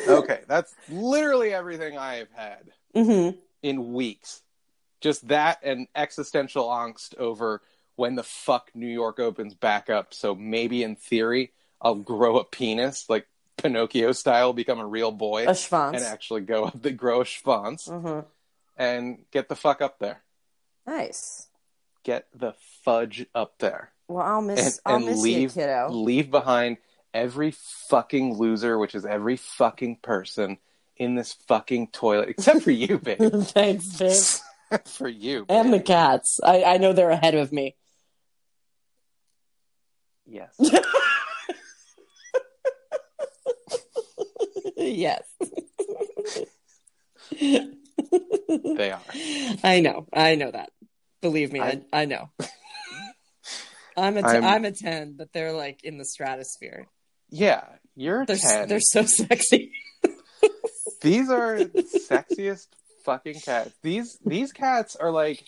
[SPEAKER 1] Okay, that's literally everything I have had.
[SPEAKER 2] Mhm.
[SPEAKER 1] in weeks. Just that and existential angst over when the fuck New York opens back up. So maybe in theory, I'll grow a penis, like Pinocchio style, become a real boy,
[SPEAKER 2] A schwanz.
[SPEAKER 1] and actually go up the grow a schwanz
[SPEAKER 2] Mhm.
[SPEAKER 1] and get the fuck up there.
[SPEAKER 2] Nice.
[SPEAKER 1] Get the fudge up there.
[SPEAKER 2] Well, I'll miss.
[SPEAKER 1] And-
[SPEAKER 2] I'll
[SPEAKER 1] and
[SPEAKER 2] miss
[SPEAKER 1] leave-
[SPEAKER 2] you, kiddo.
[SPEAKER 1] Leave behind every fucking loser, which is every fucking person in this fucking toilet, [laughs] except for you, [laughs]
[SPEAKER 2] [laughs]
[SPEAKER 1] bitch.
[SPEAKER 2] Thanks, babe.
[SPEAKER 1] for you.
[SPEAKER 2] And the [laughs]
[SPEAKER 1] bitch.
[SPEAKER 2] cats. I, I know they're ahead of me. [laughs]
[SPEAKER 1] yes.
[SPEAKER 2] yes. [laughs]
[SPEAKER 1] They are.
[SPEAKER 2] I know. I know that. Believe me, I,
[SPEAKER 1] [laughs]
[SPEAKER 2] I know. I'm a t-
[SPEAKER 1] I'm-
[SPEAKER 2] I'm a ten, but they're like in the stratosphere.
[SPEAKER 1] Yeah, you're a
[SPEAKER 2] They're
[SPEAKER 1] 10.
[SPEAKER 2] they're so sexy.
[SPEAKER 1] These
[SPEAKER 2] [laughs]
[SPEAKER 1] are the sexiest fucking cats. These these cats are like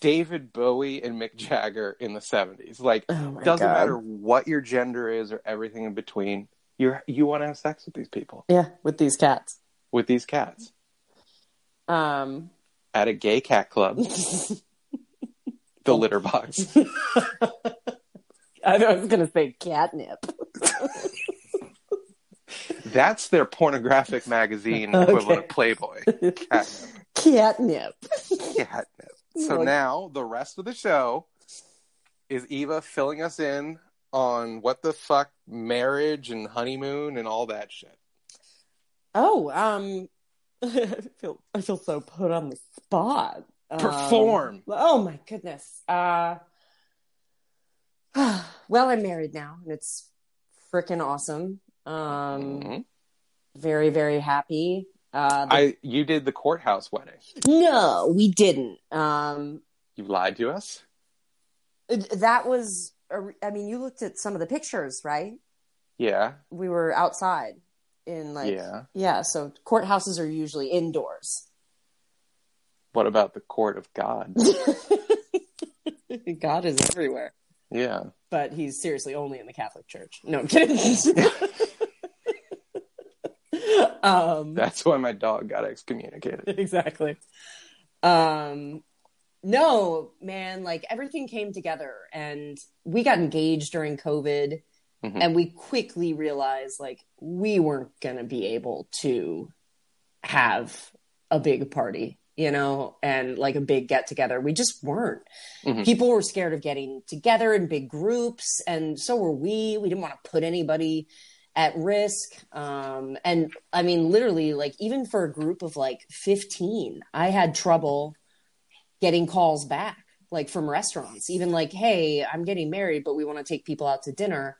[SPEAKER 1] David Bowie and Mick Jagger in the 70s. Like
[SPEAKER 2] Oh my
[SPEAKER 1] doesn't matter what your gender is or everything in between. You're you want to have sex with these people
[SPEAKER 2] Yeah, with these cats.
[SPEAKER 1] with these cats
[SPEAKER 2] Um, [laughs]
[SPEAKER 1] at a gay cat club, [laughs] the litter box.
[SPEAKER 2] [laughs] I was gonna say catnip.
[SPEAKER 1] That's their pornographic
[SPEAKER 2] [laughs]
[SPEAKER 1] magazine equivalent
[SPEAKER 2] Okay.
[SPEAKER 1] of Playboy. Catnip.
[SPEAKER 2] [laughs] Catnip.
[SPEAKER 1] Catnip. So
[SPEAKER 2] Like-
[SPEAKER 1] now the rest of the show is Eva filling us in on what the fuck marriage and honeymoon and all that shit.
[SPEAKER 2] Oh, um, [laughs] I feel I feel so put on the spot. Um,
[SPEAKER 1] Perform.
[SPEAKER 2] oh my goodness. Uh, [sighs] well, I'm married now, and it's freaking awesome. Um,
[SPEAKER 1] Mhm.
[SPEAKER 2] very very happy. Uh, the-
[SPEAKER 1] I you did the courthouse wedding.
[SPEAKER 2] no, we didn't. Um,
[SPEAKER 1] You lied to us.
[SPEAKER 2] that was. a re- I mean, you looked at some of the pictures, right?
[SPEAKER 1] Yeah.
[SPEAKER 2] We were outside in like
[SPEAKER 1] Yeah.
[SPEAKER 2] yeah. So courthouses are usually indoors.
[SPEAKER 1] What about the court of God?
[SPEAKER 2] [laughs] God is everywhere,
[SPEAKER 1] Yeah.
[SPEAKER 2] but he's seriously only in the Catholic Church. No,
[SPEAKER 1] [laughs]
[SPEAKER 2] I'm kidding. [laughs] um,
[SPEAKER 1] That's why my dog got [laughs]
[SPEAKER 2] [laughs]
[SPEAKER 1] excommunicated.
[SPEAKER 2] exactly. Um, no, man, like everything came together, and we got engaged during COVID,
[SPEAKER 1] Mhm.
[SPEAKER 2] and we quickly realized like we weren't gonna be able to have a big party, you know, and like a big get together. We just weren't.
[SPEAKER 1] Mhm.
[SPEAKER 2] People were scared of getting together in big groups, and so were we. We didn't want to put anybody at risk. Um, and I mean, literally, like, even for a group of like 15, I had trouble getting calls back, like from restaurants, even like, hey, I'm getting married, but we want to take people out to dinner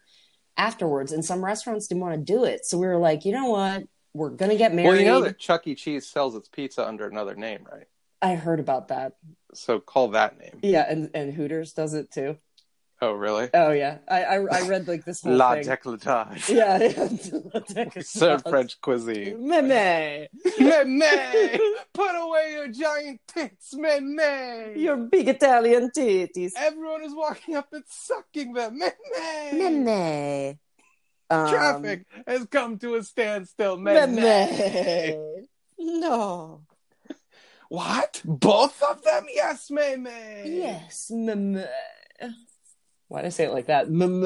[SPEAKER 2] afterwards. And some restaurants didn't want to do it. So we were like, you know what? We're going to get married.
[SPEAKER 1] Well, you know that Chuck E. Cheese sells its pizza under another name, right?
[SPEAKER 2] I heard about that.
[SPEAKER 1] So call that name.
[SPEAKER 2] Yeah, and, and Hooters does it too.
[SPEAKER 1] Oh, really?
[SPEAKER 2] Oh yeah, I I, I read like this whole
[SPEAKER 1] La
[SPEAKER 2] thing.
[SPEAKER 1] décolletage. [laughs]
[SPEAKER 2] yeah, yeah. La Deck is [laughs]
[SPEAKER 1] Serve
[SPEAKER 2] nuts.
[SPEAKER 1] French cuisine.
[SPEAKER 2] Meme,
[SPEAKER 1] Meme! Put away your giant tits, meme!
[SPEAKER 2] your big Italian titties.
[SPEAKER 1] Everyone is walking up and sucking them, meme!
[SPEAKER 2] Meme. Um,
[SPEAKER 1] Traffic has come to a standstill, meme.
[SPEAKER 2] Meme. No.
[SPEAKER 1] What? Both of them? Yes, meme!
[SPEAKER 2] Yes, meme. Why did I say it like that? Meme.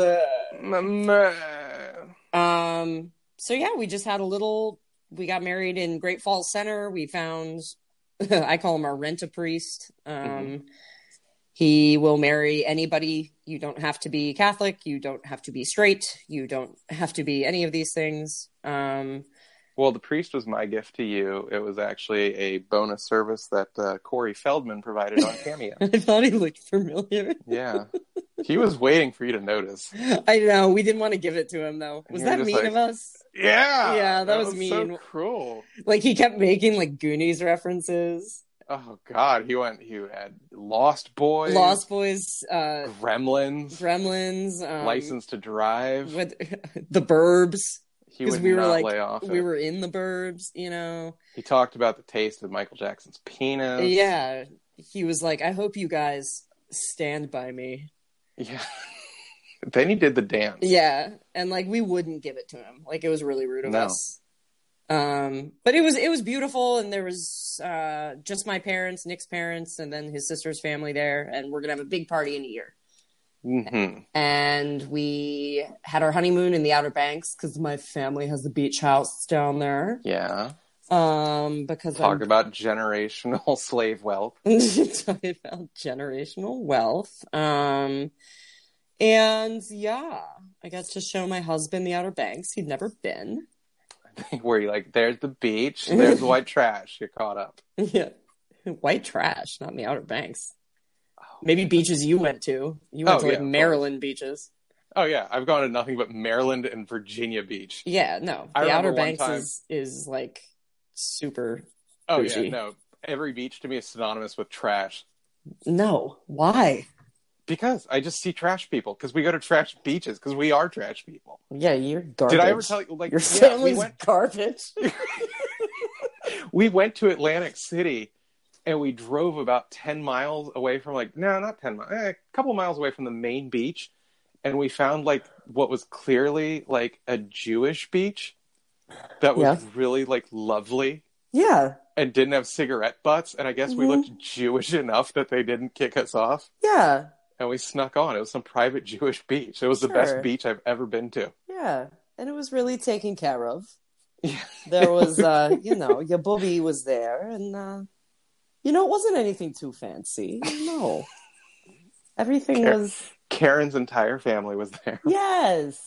[SPEAKER 1] Meme.
[SPEAKER 2] Um, so yeah, we just had a little. We got married in Great Falls Center. We found, [laughs] I call him our rent a priest. Um,
[SPEAKER 1] Mhm.
[SPEAKER 2] He will marry anybody. You don't have to be Catholic. You don't have to be straight. You don't have to be any of these things. Um, [laughs]
[SPEAKER 1] Well, the priest was my gift to you. It was actually a bonus service that uh, Corey Feldman provided
[SPEAKER 2] [laughs]
[SPEAKER 1] on Cameo.
[SPEAKER 2] I thought he looked familiar. [laughs]
[SPEAKER 1] yeah, he was waiting for you to notice.
[SPEAKER 2] I know we didn't want to give it to him though.
[SPEAKER 1] And
[SPEAKER 2] Was
[SPEAKER 1] you were
[SPEAKER 2] that
[SPEAKER 1] just
[SPEAKER 2] mean
[SPEAKER 1] like-
[SPEAKER 2] of us?
[SPEAKER 1] Yeah,
[SPEAKER 2] Yeah, that was
[SPEAKER 1] So
[SPEAKER 2] mean.
[SPEAKER 1] cruel.
[SPEAKER 2] Like he kept making like Goonies references,
[SPEAKER 1] Oh God, he went. He had Lost Boys,
[SPEAKER 2] Lost Boys, uh,
[SPEAKER 1] Gremlins,
[SPEAKER 2] Gremlins, um,
[SPEAKER 1] License to Drive.
[SPEAKER 2] with [laughs] the burbs
[SPEAKER 1] he
[SPEAKER 2] 'cause
[SPEAKER 1] would
[SPEAKER 2] we were
[SPEAKER 1] not
[SPEAKER 2] like-
[SPEAKER 1] lay off.
[SPEAKER 2] we
[SPEAKER 1] it.
[SPEAKER 2] were in the burbs you know
[SPEAKER 1] He talked about the taste of Michael Jackson's penis.
[SPEAKER 2] yeah he was like i hope you guys stand by me
[SPEAKER 1] yeah. [laughs] then he did the dance.
[SPEAKER 2] yeah and like we wouldn't give it to him like it was really rude of
[SPEAKER 1] No.
[SPEAKER 2] us um but it was it was beautiful and there was uh just my parents nick's parents and then his sister's family there and we're gonna have a big party in a year
[SPEAKER 1] hmm
[SPEAKER 2] and we had our honeymoon in the outer banks because my family has the beach house down there
[SPEAKER 1] Yeah.
[SPEAKER 2] um because I'm
[SPEAKER 1] Talk about generational [laughs] slave wealth.
[SPEAKER 2] [laughs] talking about generational wealth. Um, and yeah, I got to show my husband the Outer Banks. He'd never been. [laughs]
[SPEAKER 1] where you're like, there's the beach, there's the
[SPEAKER 2] [laughs]
[SPEAKER 1] white trash. You're caught up.
[SPEAKER 2] yeah, white trash, not in the Outer Banks. Maybe beaches you went to. You went
[SPEAKER 1] Oh,
[SPEAKER 2] to like
[SPEAKER 1] yeah, of course.
[SPEAKER 2] Maryland beaches.
[SPEAKER 1] Oh yeah, I've gone to nothing but Maryland and Virginia Beach.
[SPEAKER 2] Yeah, no,
[SPEAKER 1] I
[SPEAKER 2] the
[SPEAKER 1] remember
[SPEAKER 2] Outer
[SPEAKER 1] one
[SPEAKER 2] Banks
[SPEAKER 1] time-
[SPEAKER 2] is is like super.
[SPEAKER 1] Oh
[SPEAKER 2] Bougie.
[SPEAKER 1] yeah, no, every beach to me is synonymous with trash
[SPEAKER 2] No, why?
[SPEAKER 1] because I just see trash people because we go to trash beaches because we are trash people.
[SPEAKER 2] Yeah, you're garbage.
[SPEAKER 1] Did I ever tell you like
[SPEAKER 2] your
[SPEAKER 1] yeah, we
[SPEAKER 2] family's
[SPEAKER 1] went [laughs]
[SPEAKER 2] garbage?
[SPEAKER 1] we went to Atlantic City and we drove about 10 miles away from like no, not 10 miles, eh, a couple miles away from the main beach and we found like what was clearly like a Jewish beach that was really like lovely
[SPEAKER 2] Yeah.
[SPEAKER 1] and didn't have cigarette butts. And I guess we
[SPEAKER 2] Mhm.
[SPEAKER 1] looked Jewish enough that they didn't kick us off.
[SPEAKER 2] Yeah.
[SPEAKER 1] And we snuck on. It was some private [laughs] Jewish beach. It was the
[SPEAKER 2] Sure.
[SPEAKER 1] best beach I've ever been to.
[SPEAKER 2] Yeah. And it was really taken
[SPEAKER 1] [laughs]
[SPEAKER 2] care of.
[SPEAKER 1] Yeah.
[SPEAKER 2] There was, uh, you know, your booby was there. And, uh, you know, it wasn't anything too fancy. No. Everything
[SPEAKER 1] Fair.
[SPEAKER 2] was,
[SPEAKER 1] Karen's entire family was there.
[SPEAKER 2] yes.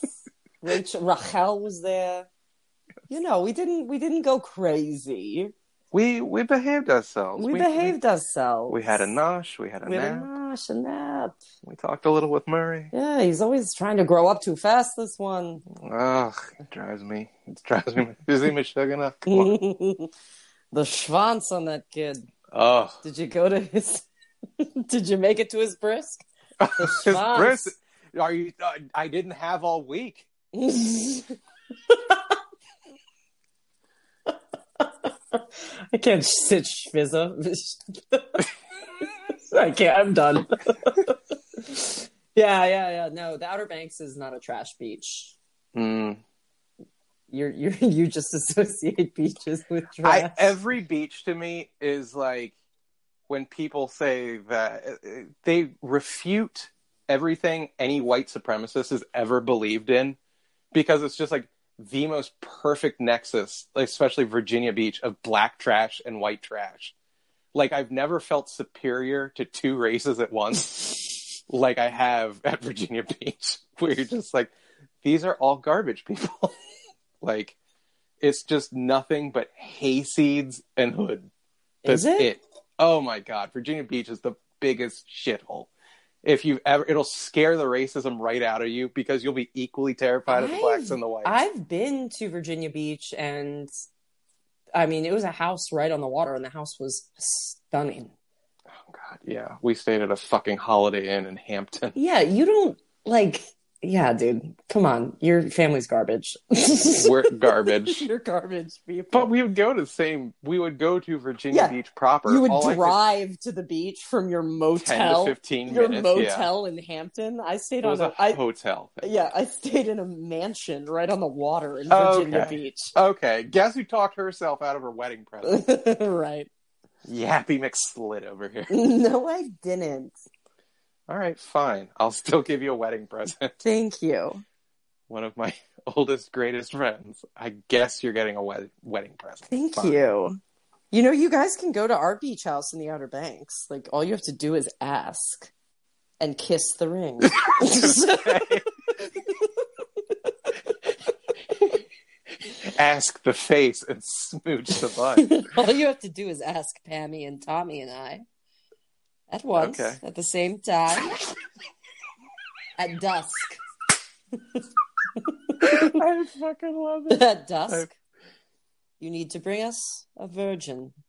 [SPEAKER 2] Rachel, Rachel was there. You know, we didn't, we didn't go crazy.
[SPEAKER 1] We we behaved ourselves.
[SPEAKER 2] We, behaved ourselves.
[SPEAKER 1] We had a nosh. We had a
[SPEAKER 2] We had a
[SPEAKER 1] nap.
[SPEAKER 2] nosh, a nap.
[SPEAKER 1] We talked a little with Murray.
[SPEAKER 2] Yeah, he's always trying to grow up too fast, this one.
[SPEAKER 1] Ugh, it drives me. It drives me. [laughs] Is he
[SPEAKER 2] [laughs]
[SPEAKER 1] Meshuggah? Come on.
[SPEAKER 2] the schwanz on that kid.
[SPEAKER 1] [laughs] Ugh.
[SPEAKER 2] Did you go to his? [laughs] Did you make it to his brisk? The
[SPEAKER 1] His
[SPEAKER 2] schwanz.
[SPEAKER 1] bris- Are you? Uh, I didn't have all week.
[SPEAKER 2] [laughs] I can't sit schvizza. [laughs] I can't. I'm done. [laughs] yeah, yeah, yeah. No, the Outer Banks is not a trash beach.
[SPEAKER 1] Mm.
[SPEAKER 2] You're you are you just associate beaches with trash.
[SPEAKER 1] I, every beach to me is like when people say that uh, uh, they refute everything any white supremacist has ever believed in because it's just like the most perfect nexus, like, especially Virginia Beach, of black trash and white trash. Like, I've never felt superior to two races at once, like I have at Virginia Beach, [laughs] where you're just like, these are all garbage people. [laughs] like, it's just nothing but hayseeds and hood. That's
[SPEAKER 2] is it?
[SPEAKER 1] Oh my god, Virginia Beach is the biggest shithole. If you've ever, it'll scare the racism right out of you because you'll be equally terrified of the
[SPEAKER 2] I've-
[SPEAKER 1] blacks and the whites.
[SPEAKER 2] I've been to Virginia Beach, and I mean, it was a house right on the water, and the house was stunning.
[SPEAKER 1] oh god, yeah, we stayed at a fucking Holiday Inn in
[SPEAKER 2] [laughs]
[SPEAKER 1] Hampton.
[SPEAKER 2] Yeah, you don't like. Yeah, dude, come on, your family's garbage. [laughs]
[SPEAKER 1] We're garbage.
[SPEAKER 2] You're garbage people.
[SPEAKER 1] But we would go to the same. We would go to Virginia
[SPEAKER 2] Yeah.
[SPEAKER 1] Beach proper.
[SPEAKER 2] you would
[SPEAKER 1] All I could-
[SPEAKER 2] drive to the beach from your
[SPEAKER 1] ten to
[SPEAKER 2] motel,
[SPEAKER 1] fifteen
[SPEAKER 2] your
[SPEAKER 1] minutes. Yeah.
[SPEAKER 2] motel in Hampton. I stayed
[SPEAKER 1] It was
[SPEAKER 2] on.
[SPEAKER 1] a
[SPEAKER 2] A, I,
[SPEAKER 1] hotel.
[SPEAKER 2] yeah, I stayed in a mansion right on the water in
[SPEAKER 1] Oh,
[SPEAKER 2] Virginia
[SPEAKER 1] okay.
[SPEAKER 2] Beach. [laughs]
[SPEAKER 1] Okay, guess who talked herself out of her wedding present?
[SPEAKER 2] right?
[SPEAKER 1] Yappy McSlit over here.
[SPEAKER 2] No, I didn't.
[SPEAKER 1] All right, fine. I'll still give you a wedding present. [laughs]
[SPEAKER 2] Thank you.
[SPEAKER 1] One of my [laughs] oldest, greatest friends. I guess you're getting a wed- wedding present.
[SPEAKER 2] Thank
[SPEAKER 1] Fine.
[SPEAKER 2] you. You know, you guys can go to our beach house in the Outer Banks. Like, all you have to do is ask and kiss
[SPEAKER 1] [laughs]
[SPEAKER 2] the ring.
[SPEAKER 1] [laughs]
[SPEAKER 2] [laughs]
[SPEAKER 1] Ask the face and smooch the
[SPEAKER 2] [laughs]
[SPEAKER 1] butt.
[SPEAKER 2] all you have to do is ask Pammy and Tommy and I at once,
[SPEAKER 1] Okay.
[SPEAKER 2] at the same time, at dusk. [laughs]
[SPEAKER 1] I fucking love it.
[SPEAKER 2] at dusk, you need to bring us a virgin. [laughs]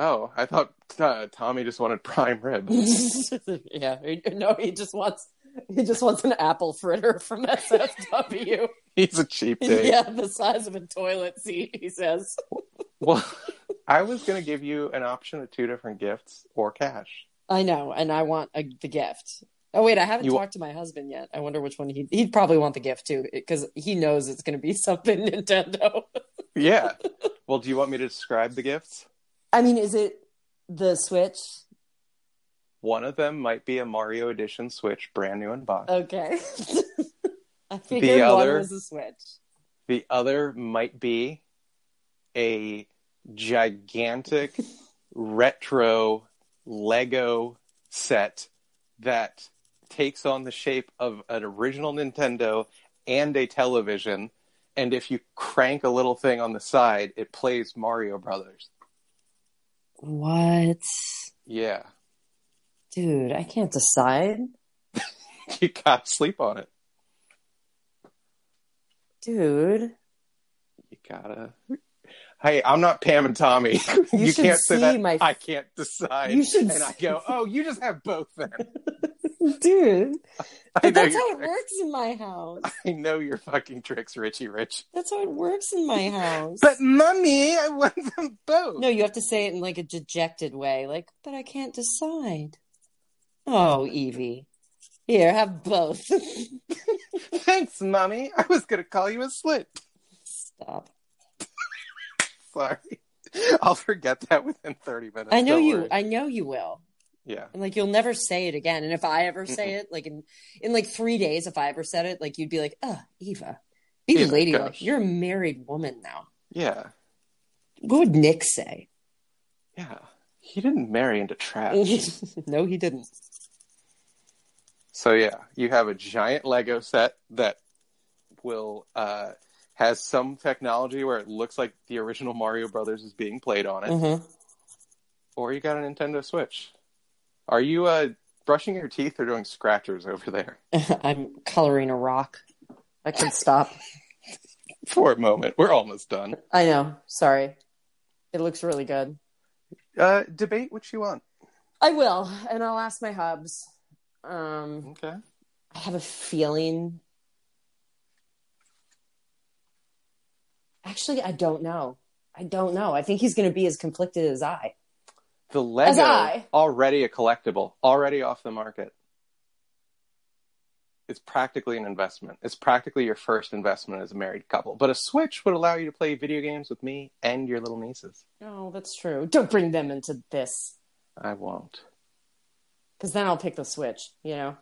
[SPEAKER 1] Oh, I thought uh, Tommy just wanted prime rib.
[SPEAKER 2] [laughs] yeah, no, he just wants he just wants an apple fritter from SFW.
[SPEAKER 1] He's a
[SPEAKER 2] [laughs]
[SPEAKER 1] cheap date.
[SPEAKER 2] Yeah, the size of a toilet seat, he says.
[SPEAKER 1] Well, [laughs] I was going to give you an option of two different gifts or cash.
[SPEAKER 2] I know, and I want a, the gift. Oh wait, I haven't
[SPEAKER 1] You-
[SPEAKER 2] talked to my husband yet. I wonder which one he he'd probably want the gift too because he knows it's going to be [laughs] something Nintendo.
[SPEAKER 1] Yeah. Well, do you want me to describe the gifts?
[SPEAKER 2] I mean, is it the Switch?
[SPEAKER 1] One of them might be a Mario Edition Switch, brand new in box.
[SPEAKER 2] Okay. [laughs] I figured one
[SPEAKER 1] other-
[SPEAKER 2] was the Switch.
[SPEAKER 1] The other might be a gigantic retro Lego set that takes on the shape of an original Nintendo and a television. And if you crank a little thing on the side, it plays Mario Brothers.
[SPEAKER 2] What,
[SPEAKER 1] Yeah. [laughs]
[SPEAKER 2] dude? I can't decide,
[SPEAKER 1] You gotta sleep on it.
[SPEAKER 2] dude. [laughs]
[SPEAKER 1] You gotta. Hey, I'm not Pam and Tommy. [laughs] You,
[SPEAKER 2] should
[SPEAKER 1] can't say
[SPEAKER 2] see
[SPEAKER 1] that.
[SPEAKER 2] my-
[SPEAKER 1] I can't decide.
[SPEAKER 2] You should
[SPEAKER 1] And I
[SPEAKER 2] see-
[SPEAKER 1] go, oh, you just have both [laughs] then.
[SPEAKER 2] Dude,
[SPEAKER 1] I
[SPEAKER 2] but
[SPEAKER 1] know
[SPEAKER 2] that's
[SPEAKER 1] your
[SPEAKER 2] how it
[SPEAKER 1] tricks.
[SPEAKER 2] works in my house.
[SPEAKER 1] I know your fucking tricks, Richie Rich.
[SPEAKER 2] That's how it works in [laughs] my house.
[SPEAKER 1] mummy, I want them both. [laughs]
[SPEAKER 2] No, you have to say it in like a dejected way, like, but I can't decide. Oh, Evie. Here, have both. [laughs]
[SPEAKER 1] Thanks, mommy. I was gonna call you a slit.
[SPEAKER 2] Stop.
[SPEAKER 1] Sorry, [laughs] I'll forget that within thirty minutes.
[SPEAKER 2] I know
[SPEAKER 1] don't
[SPEAKER 2] you.
[SPEAKER 1] worry.
[SPEAKER 2] I know you will.
[SPEAKER 1] yeah,
[SPEAKER 2] And like you'll never say it again. And if I ever say it, like in in like three days, if I ever said it, like you'd be like, "Uh, Eva, be
[SPEAKER 1] Eva,
[SPEAKER 2] ladylike.
[SPEAKER 1] gosh.
[SPEAKER 2] You're a married woman now."
[SPEAKER 1] yeah,
[SPEAKER 2] What would Nick say?
[SPEAKER 1] yeah. He didn't marry into trash.
[SPEAKER 2] [laughs]
[SPEAKER 1] [laughs]
[SPEAKER 2] no, he didn't.
[SPEAKER 1] so yeah, you have a giant Lego set that will uh, has some technology where it looks like the original Mario Brothers is being played on it,
[SPEAKER 2] Uh-huh.
[SPEAKER 1] or you got a Nintendo Switch. Are you uh, brushing your teeth or doing scratchers over there?
[SPEAKER 2] [laughs] I'm coloring a rock. I can stop.
[SPEAKER 1] For a moment, we're almost done.
[SPEAKER 2] I know. Sorry. It looks really good.
[SPEAKER 1] Uh, debate what you want.
[SPEAKER 2] I will, and I'll ask my hubs. Um,
[SPEAKER 1] Okay.
[SPEAKER 2] I have a feeling. Actually, I don't know. I don't know. I think he's going to be as conflicted as I.
[SPEAKER 1] The Lego
[SPEAKER 2] I.
[SPEAKER 1] already a collectible, already off the market. It's practically an investment. It's practically your first investment as a married couple. But a Switch would allow you to play video games with me and your little nieces.
[SPEAKER 2] No, that's true. Don't bring them into this,
[SPEAKER 1] I won't.
[SPEAKER 2] because then I'll pick the switch. You know.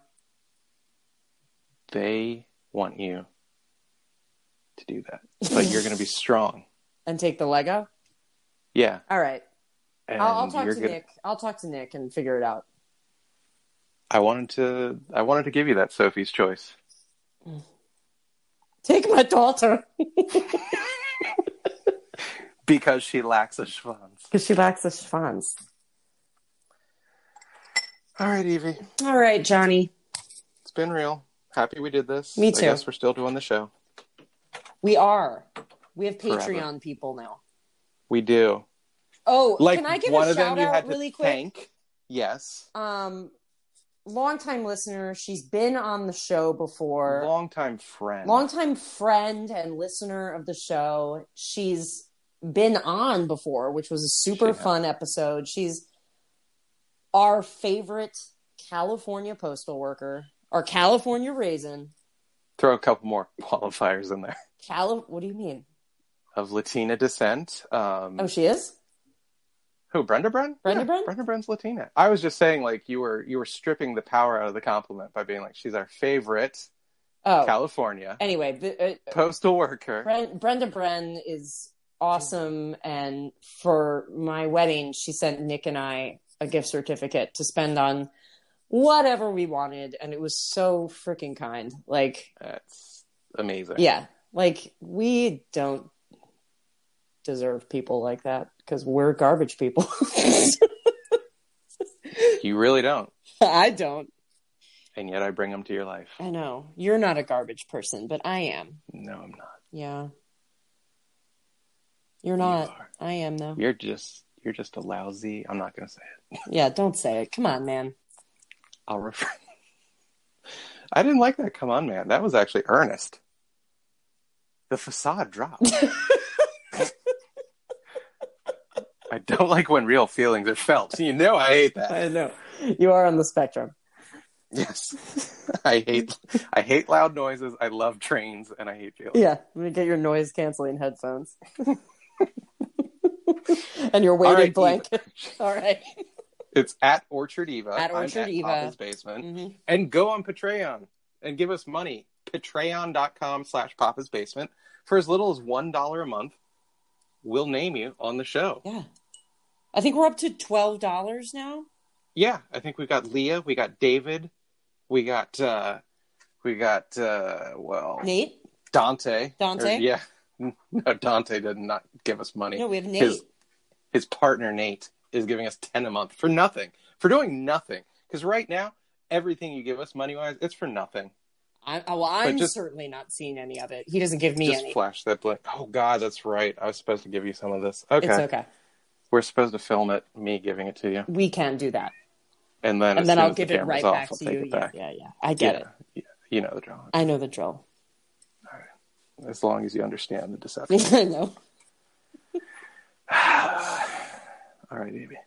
[SPEAKER 1] They want you to do that. But you're going
[SPEAKER 2] [laughs]
[SPEAKER 1] to be strong.
[SPEAKER 2] and take the Lego.
[SPEAKER 1] Yeah.
[SPEAKER 2] All right.
[SPEAKER 1] And
[SPEAKER 2] I'll, I'll talk to
[SPEAKER 1] you're gonna-
[SPEAKER 2] Nick. I'll talk to Nick and figure it out.
[SPEAKER 1] I wanted to I wanted to give you that Sophie's choice.
[SPEAKER 2] Take my [laughs] daughter
[SPEAKER 1] Because she lacks a schwanz.
[SPEAKER 2] because she lacks the funds.
[SPEAKER 1] All right, Evie.
[SPEAKER 2] All right, Johnny.
[SPEAKER 1] It's been real. Happy we did this.
[SPEAKER 2] Me
[SPEAKER 1] I
[SPEAKER 2] too.
[SPEAKER 1] guess we're still doing the show.
[SPEAKER 2] We are. We have Patreon
[SPEAKER 1] Forever.
[SPEAKER 2] people now.
[SPEAKER 1] We do.
[SPEAKER 2] Oh,
[SPEAKER 1] Like
[SPEAKER 2] can I give
[SPEAKER 1] one
[SPEAKER 2] a
[SPEAKER 1] of them
[SPEAKER 2] shout
[SPEAKER 1] you
[SPEAKER 2] out
[SPEAKER 1] had to
[SPEAKER 2] really quick?
[SPEAKER 1] thank. Yes.
[SPEAKER 2] Um, longtime listener. She's been on the show before.
[SPEAKER 1] Longtime friend.
[SPEAKER 2] longtime friend and listener of the show. She's been on before, which was a super
[SPEAKER 1] She has.
[SPEAKER 2] fun episode. She's our favorite California postal worker, our California raisin.
[SPEAKER 1] Throw a couple more [laughs] qualifiers in there
[SPEAKER 2] Cali- what do you mean?
[SPEAKER 1] of Latina descent. Um,
[SPEAKER 2] Oh, she is?
[SPEAKER 1] who? Brenda Bren?
[SPEAKER 2] Brenda Bren?
[SPEAKER 1] Brenda Bren's Latina. I was just saying, like you were you were stripping the power out of the compliment by being like, she's our favorite
[SPEAKER 2] Oh,
[SPEAKER 1] California
[SPEAKER 2] anyway, the, uh,
[SPEAKER 1] postal worker.
[SPEAKER 2] Bren- Brenda Bren is awesome. And for my wedding, she sent Nick and I a gift certificate to spend on whatever we wanted. And it was so freaking kind. Like,
[SPEAKER 1] That's amazing.
[SPEAKER 2] yeah, like we don't deserve people like that because we're garbage people. [laughs]
[SPEAKER 1] You really don't,
[SPEAKER 2] I don't.
[SPEAKER 1] and yet I bring them to your life.
[SPEAKER 2] I know. You're not a garbage person, but I am.
[SPEAKER 1] No, I'm not.
[SPEAKER 2] Yeah. You're
[SPEAKER 1] You
[SPEAKER 2] not.
[SPEAKER 1] are.
[SPEAKER 2] I am, though.
[SPEAKER 1] You're just you're just a lousy. I'm not gonna say it.
[SPEAKER 2] Yeah, don't say it. Come on, man.
[SPEAKER 1] I'll refer. [laughs] I didn't like that. Come on, man. That was actually earnest. The facade
[SPEAKER 2] [laughs]
[SPEAKER 1] dropped. I don't like when real feelings are felt. You know, I hate [laughs] that.
[SPEAKER 2] I know. You are on the spectrum.
[SPEAKER 1] Yes, [laughs] I hate. I hate loud noises. I love trains, and I hate feelings.
[SPEAKER 2] Yeah. Let me get your noise canceling headphones. [laughs] and your weighted
[SPEAKER 1] All right,
[SPEAKER 2] blanket. [laughs] All right.
[SPEAKER 1] It's at Orchard Eva.
[SPEAKER 2] At
[SPEAKER 1] I'm
[SPEAKER 2] Orchard Eva.
[SPEAKER 1] Papa's basement. and go on Patreon and give us money. Patreon.com slash Papa's Basement for as little as one dollar a month. We'll name you on the show.
[SPEAKER 2] Yeah. I think we're up to twelve dollars now.
[SPEAKER 1] Yeah, I think we got Leah, we got David, we got uh we got uh well
[SPEAKER 2] Nate?
[SPEAKER 1] Dante.
[SPEAKER 2] Dante?
[SPEAKER 1] Or- yeah. [laughs] No, Dante did not give us money.
[SPEAKER 2] No, we have Nate.
[SPEAKER 1] His his partner Nate is giving us ten a month for nothing. For doing nothing. Because right now, everything you give us money wise, it's for nothing.
[SPEAKER 2] I, oh, well, I'm
[SPEAKER 1] just-
[SPEAKER 2] certainly not seeing any of it. He doesn't give me
[SPEAKER 1] just
[SPEAKER 2] any.
[SPEAKER 1] flash that blink. Oh God, that's right. I was supposed to give you some of this. Okay,
[SPEAKER 2] It's okay.
[SPEAKER 1] we're supposed to film it, me giving it to you,
[SPEAKER 2] We can do that,
[SPEAKER 1] and then as
[SPEAKER 2] and then
[SPEAKER 1] soon
[SPEAKER 2] I'll
[SPEAKER 1] as the
[SPEAKER 2] give it
[SPEAKER 1] camera's
[SPEAKER 2] right
[SPEAKER 1] off,
[SPEAKER 2] back
[SPEAKER 1] I'll
[SPEAKER 2] to
[SPEAKER 1] take
[SPEAKER 2] you.
[SPEAKER 1] It
[SPEAKER 2] Yeah,
[SPEAKER 1] back.
[SPEAKER 2] yeah, yeah. I get it.
[SPEAKER 1] Yeah, you know the drama.
[SPEAKER 2] I know the drill. [laughs]
[SPEAKER 1] As long as you understand the
[SPEAKER 2] [laughs]
[SPEAKER 1] deception. [sighs]
[SPEAKER 2] I know.
[SPEAKER 1] All right, Evie.